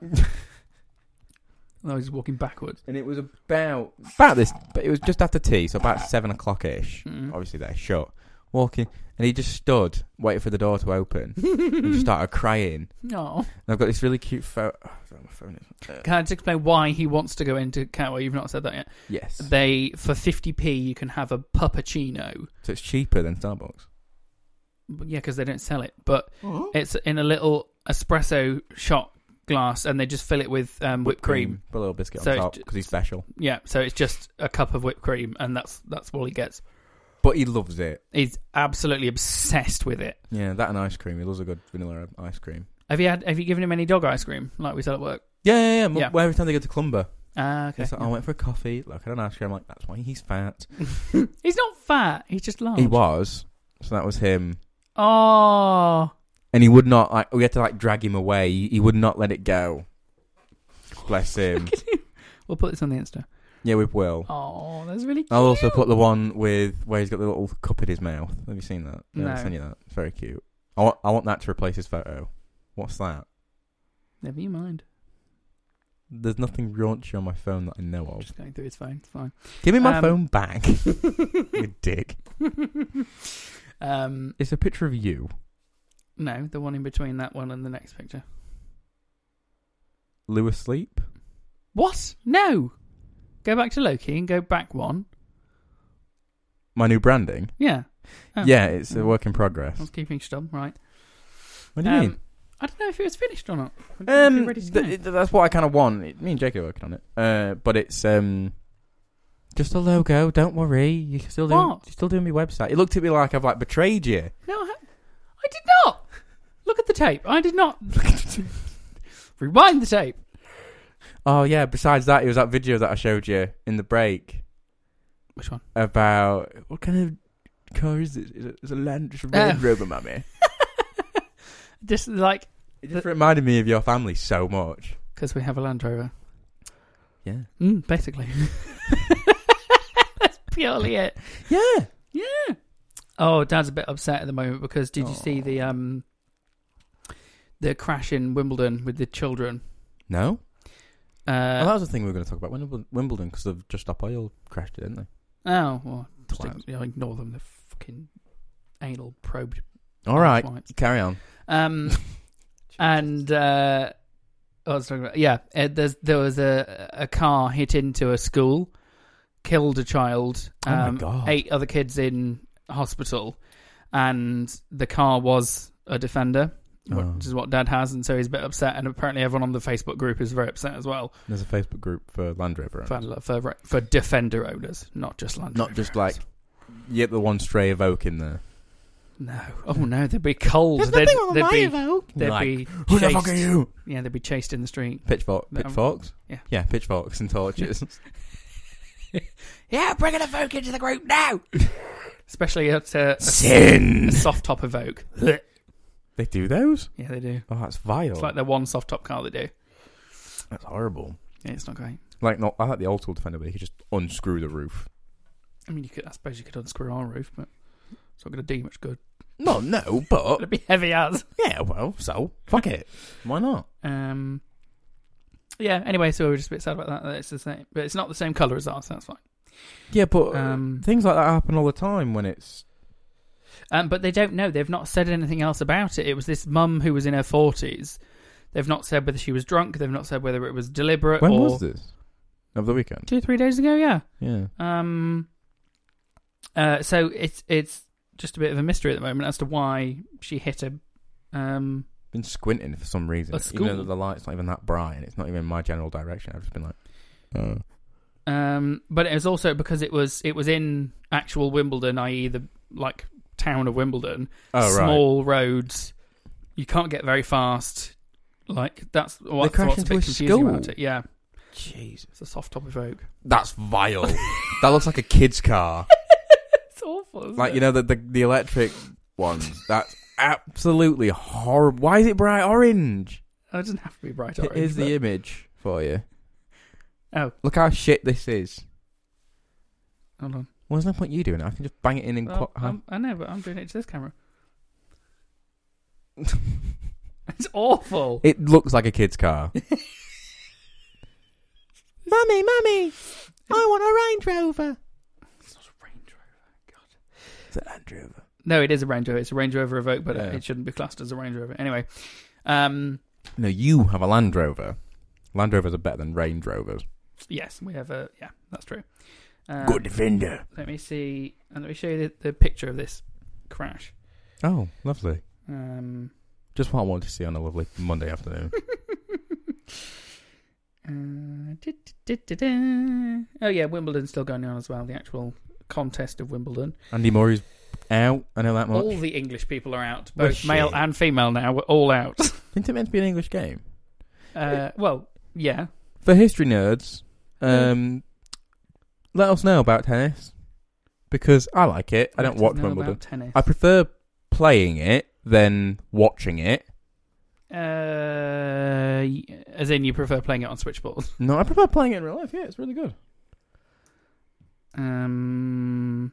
no, he's walking backwards. and it was about about this, but it was just after tea, so about seven o'clock ish. [LAUGHS] Mm. Obviously, they're shut. Walking, and he just stood, waiting for the door to open, and [LAUGHS] just started crying. No. And I've got this really cute [SIGHS] photo. Oh, I don't know where my phone is. Can I just explain why he wants to go into Catway? You've not said that yet. Yes, They, for 50p, you can have a puppuccino. so it's cheaper than Starbucks. But Yeah, because they don't sell it. But it's in a little espresso shot glass and they just fill it with um, whipped cream. Put a little biscuit So on it's top ju- because he's special. Yeah, so it's just a cup of whipped cream and that's that's all he gets. But he loves it. He's absolutely obsessed with it. Yeah, that and ice cream. He loves a good vanilla ice cream. Have you had? Have you given him any dog ice cream like we sell at work? Yeah, yeah, yeah. M- Yeah. Well, every time they go to Clumber, Ah, okay. it's like, "Oh, I went for a coffee. Look, I had an ice cream. I'm like, that's why he's fat. [LAUGHS] He's not fat. He's just large. He was. So that was him. Oh, and he would not like we had to like drag him away he, he would not let it go [LAUGHS] bless him we'll put this on the Insta. yeah we will Oh, that's really. Cute. i'll also put the one with where he's got the little cup in his mouth have you seen that No. i'll send you that it's very cute I want, I want that to replace his photo what's that Never you mind. there's nothing raunchy on my phone that i know I'm of just going through his phone. [LAUGHS] It's fine. [LAUGHS] give me my Um, phone back [LAUGHS] [LAUGHS] you dick um, it's a picture of you no, the one in between that one and the next picture. lou asleep What? No. Go back to Loki and go back one. my new branding Yeah, Oh. yeah it's a Oh. work in progress I was keeping stum right. what do you um, mean I don't know if it was finished or not. I don't know if Um, you're ready to th- go. th- that's what I kind of want. It- Me and Jake are working on it, uh, but it's um, just a logo. Don't worry, you can still do. What? You're still doing my website. It looked at me like I've like betrayed you. No, I, ha- I did not. Look at the tape. I did not. [LAUGHS] Rewind the tape. Oh yeah. Besides that, it was that video that I showed you in the break Which one? about what kind of car is it? Is it it's a Land Rover, Oh. Rover mummy? Just like It just reminded me of your family so much. because we have a Land Rover. Yeah. Mm, basically, that's purely it. Yeah. Yeah. Oh, Dad's a bit upset at the moment because did you see the um the crash in Wimbledon with the children? No. well, Uh, that was the thing we were going to talk about Wimbledon- Wimbledon because of just up oil crashed, didn't they? oh, well, just Twats. ign- ignore them. They're fucking anal probed. All right. twats. Carry on. Um, and uh, I was talking about yeah. Uh, there's, there was a a car hit into a school, killed a child. Oh my um, God. Eight other kids in hospital, and the car was a defender what- Oh. which is what Dad has, and so he's a bit upset. And apparently, everyone on the Facebook group is very upset as well There's a Facebook group for Land Rover. for for, for Defender owners, not just Land Not Rover just owners. like, yep, the one stray of oak in there. no, oh no, they'd be cold. They'd, they'd be they'd Like, be Who the chased. fuck are you? Yeah, they'd be chased in the street. Pitchfork, No. pitchforks. Yeah. yeah, pitchforks and torches. [LAUGHS] Yeah, bringing a Vogue into the group now. Especially at uh, a, Sin. a soft top Evoke. yeah, They do those? they do. Oh, that's vile. It's like the one soft top car they do. that's horrible. Yeah, it's not great. Like, not, I like the old school Defender, but you could just unscrew the roof. I mean, you could, I suppose you could unscrew our roof, but it's not going to do much good. No, no, but It'd be heavy as. yeah, well, so fuck it. Why not? Um. Yeah. Anyway, so we were just a bit sad about that. that it's the same, but it's not the same color as ours. So that's fine. Yeah, but uh, Um, things like that happen all the time when it's Um, but they don't know. They've not said anything else about it. It was this mum who was in her forties. They've not said whether she was drunk. They've not said whether it was deliberate. when or was this of the weekend? Two, three days ago. Yeah. Yeah, Um. Uh. So it's it's just a bit of a mystery at the moment as to why she hit a. Um. been squinting for some reason. A Even though school. the light's not even that bright and it's not even in my general direction. I've just been like, uh, Um. But it was also because it was it was in actual Wimbledon, i.e. the like town of Wimbledon. oh right. small roads. You can't get very fast. Like that's what They crashed what's a bit into a confusing school. about it. Yeah, Jeez, it's a soft top of oak. that's vile. Oh, that looks like a kid's car. [LAUGHS] It's awful. Isn't like it? you know the the, the electric ones. That's absolutely horrible. Why is it bright orange? Oh, it doesn't have to be bright It orange. is the but- image for you. Oh. look how shit this is. hold on. Well, there's no point you doing it. I can just bang it in and. Well, Well, I'm- I know, but I'm doing it to this [LAUGHS] camera. It's awful. It looks like a kid's [LAUGHS] car. mummy, mummy, I want a Range Rover. It's not a Range Rover. God. It's a Range Rover. No, it is a Range Rover. It's a Range Rover Evoque, but uh, Yeah. it shouldn't be classed as a Range Rover. Anyway, um, No, you have a Land Rover. Land Rovers are better than Range Rovers. yes, we have a yeah. That's true. Um, Good Defender. Let me see. And let me show you the, the picture of this crash. Oh, lovely. Um, Just what I wanted to see on a lovely Monday afternoon. [LAUGHS] uh, du-du-du-du-du. Oh yeah, Wimbledon's still going on as well. The actual contest of Wimbledon. Andy Murray's out. I know that much. All the English people are out, Well, both male shit. and female. Now we're all out. [LAUGHS] Isn't it meant to be an English game? Uh, well, yeah. For history nerds, um, let us know about tennis because I like it. I don't Let watch us know about Wimbledon. Tennis. I prefer playing it than watching it. Uh, y- as in, you prefer playing it on switchboards. No, I prefer playing it in real life. Yeah, it's really good. Um.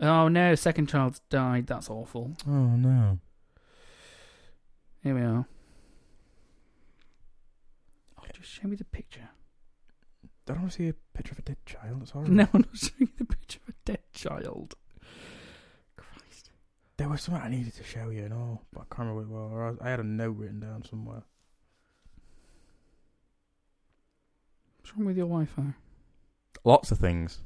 Oh no, second child's died. That's awful. Oh no. Here we are. Oh, just show me the picture. I don't want to see a picture of a dead child. It's horrible. [LAUGHS] No, I'm not showing you the picture of a dead child. Christ. There was something I needed to show you and all, but I can't remember what it was. I had a note written down somewhere. What's wrong with your Wi [LAUGHS] Fi? Lots of things.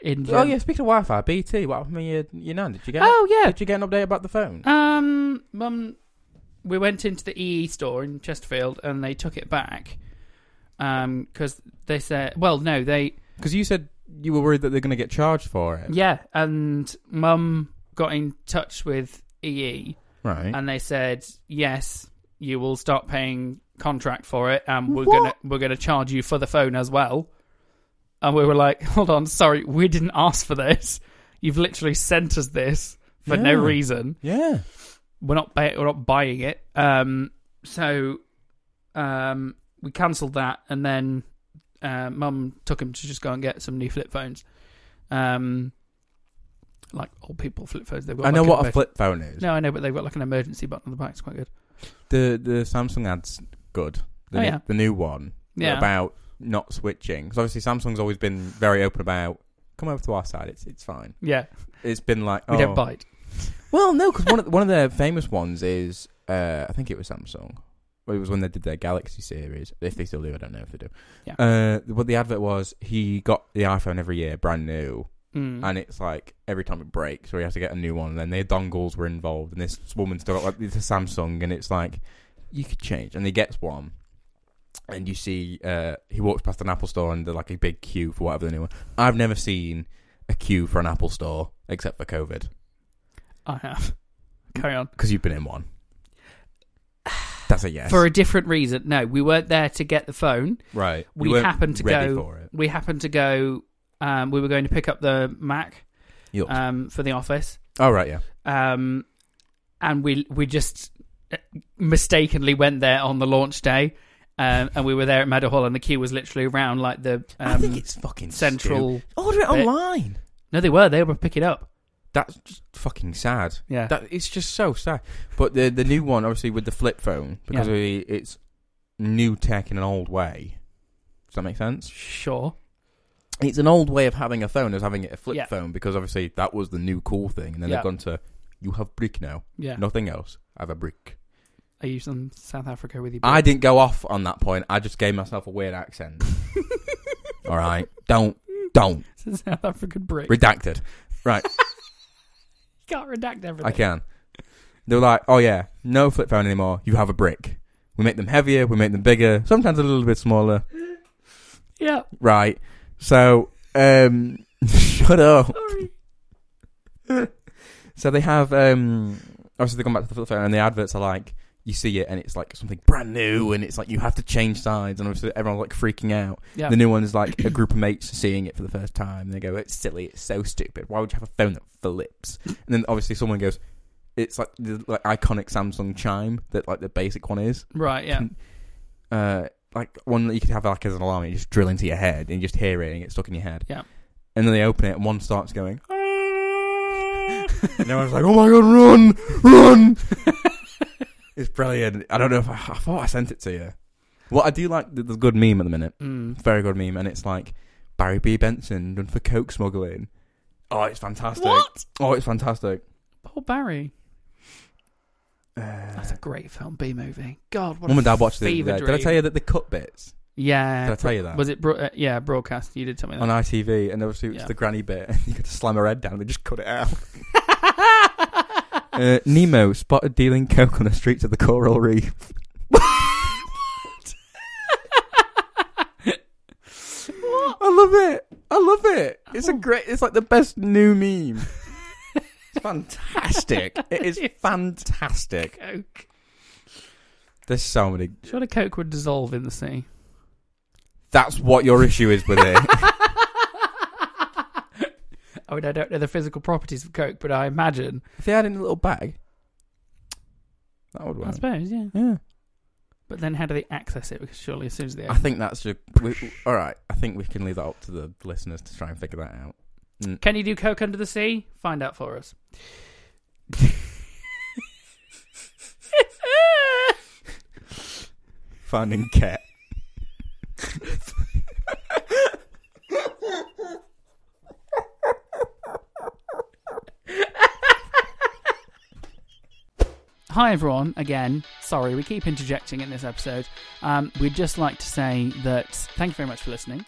In Oh yeah, speaking of Wi-Fi, BT. What happened with your, your nan? Did you get? Oh, yeah. Did you get an update about the phone? Um, Mum, we went into the EE store in Chesterfield and they took it back. Um, because they said, well, no, they, Because you said you were worried that they're going to get charged for it. yeah, and Mum got in touch with EE Right. and they said, yes, you will start paying contract for it, and we're What? gonna we're gonna charge you for the phone as well. And we were like, hold on, sorry, we didn't ask for this. You've literally sent us this for no Yeah. reason. yeah. We're not buy- we're not buying it. Um, so, um, we cancelled that, and then uh, Mum took him to just go and get some new flip phones. Um, like old people flip phones. They've got. I know like, what emer- a flip phone is. No, I know, but they've got like an emergency button on the back. It's quite good. The the Samsung ad's good. The, Oh, new- yeah. the new one. Yeah. About not switching. Because obviously Samsung's always been very open about come over to our side. It's it's fine. Yeah, It's been like we oh. don't bite. Well, no, because one of one of their famous ones is uh, I think it was Samsung. Well, it was when they did their Galaxy series. If they still do, I don't know if they do. Yeah. Uh, what the advert was, he got the iPhone every year, brand new, Mm. and it's like every time it breaks, or you have to get a new one. And then their dongles were involved, and this woman still got like it's a Samsung, and it's like you could change. And he gets one, and you see uh, he walks past an Apple store, and there's like a big queue for whatever the new one. I've never seen a queue for an Apple store except for COVID I have. [LAUGHS] Carry [SIGHS] on. because you've been in one. That's a yes, For a different reason. No, we weren't there to get the phone. right? You We weren't happened to ready go. for it. We happened to go. Um, we were going to pick up the Mac Yup. um, for the office, oh right, yeah. um, and we we just uh, mistakenly went there on the launch day, um, and we were there at Meadow Hall, and the queue was literally around like the um, I think it's fucking central. stupid. Order it bit. online. No, they were. They were picking up. That's just fucking sad. Yeah. That it's just so sad. But the the new one, obviously, with the flip phone, because Yeah. of the- it's new tech in an old way. Does that make sense? Sure. It's an old way of having a phone as having it a flip Yeah. phone, because obviously that was the new cool thing, and then Yeah. they've gone to you have brick now, Yeah. nothing else. I have a brick. Are you from South Africa with you? I didn't go off on that point. I just gave myself a weird accent. [LAUGHS] All right, don't don't [LAUGHS] It's a South African brick. redacted. you can't redact [LAUGHS] everything. I can. They were like, oh yeah, no flip phone anymore. You have a brick. We make them heavier. We make them bigger. Sometimes a little bit smaller. Yeah. Right. So, um, [LAUGHS] shut up. Sorry. So they have. Um, obviously, they come back to the flip phone, and the adverts are like, you see it, and it's like something brand new, and it's like you have to change sides, and obviously everyone's like freaking out. Yeah. The new one is like a group of mates seeing it for the first time, and they go, "It's silly. It's so stupid. Why would you have a phone that flips?" And then obviously someone goes, "It's like the like iconic Samsung chime that like the basic one is." right. Yeah. uh, like one that you could have like as an alarm, and you just drill into your head and you just hear it and get stuck in your head. Yeah. And then they open it and one starts going, "Ah." [LAUGHS] [LAUGHS] and everyone's like, "Oh my god, run, run!" it's brilliant. I don't know if I, I thought I sent it to you. Well, I do like the, the good meme at the minute, Mm. very good meme, and it's like Barry B Benson done for coke smuggling. Oh, it's fantastic. What? Oh, it's fantastic. Paul Barry. Uh, That's a great film. B movie. God. What mum a and dad watched it. the fever other day. Did I dream. tell you that the cut bits? Yeah. Did I tell you that? Was it? Bro- uh, yeah. Broadcast. You did tell me that. on ITV, and obviously it's Yeah. the granny bit, [LAUGHS] and you could slam her head down, and they just cut it [LAUGHS] out. Uh, Nemo spotted dealing coke on the streets of the coral reef. [LAUGHS] I love it. I love it. Oh. It's a great. It's like the best new [LAUGHS] meme. It's fantastic. it is fantastic. Coke. There's so many. Sure, the Coke would dissolve in the sea. That's what your issue is with it. [LAUGHS] I mean, I don't know the physical properties of Coke, but I imagine. if they had it in a little bag, that would I work. suppose, yeah. Yeah. But then, how do they access it? Because surely, as soon as they, I think that's a. We, all right, I think we can leave that up to the listeners to try and figure that out. can you do Coke under the sea? Find out [LAUGHS] for us. [LAUGHS] Finding cat. Hi everyone, again. Sorry, we keep interjecting in this episode. Um, we'd just like to say that thank you very much for listening.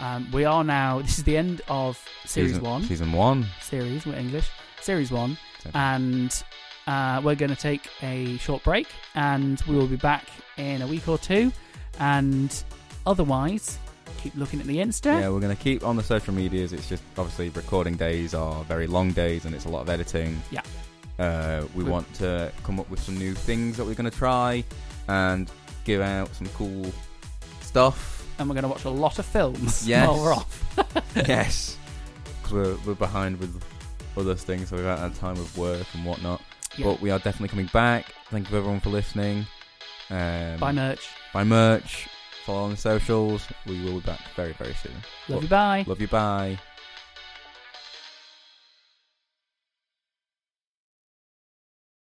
Um, we are now. This is the end of series season, one. Season one. series. We're English. Series one, Same. and uh, we're going to take a short break, and we will be back in a week or two. And otherwise, keep looking at the Insta. Yeah, we're going to keep on the social medias. It's just obviously recording days are very long days and it's a lot of editing. Yeah. Uh, we We- want to come up with some new things that we're going to try and give out some cool stuff. And we're going to watch a lot of films [LAUGHS] Yes. while we're off. [LAUGHS] yes. Because we're, we're behind with other things, so we've had time with work and whatnot. Yeah. But we are definitely coming back. Thank you everyone for listening. Um, Buy merch. buy merch. Follow on the socials. We will be back very, very soon. Love Well, you. Bye. Love you. Bye.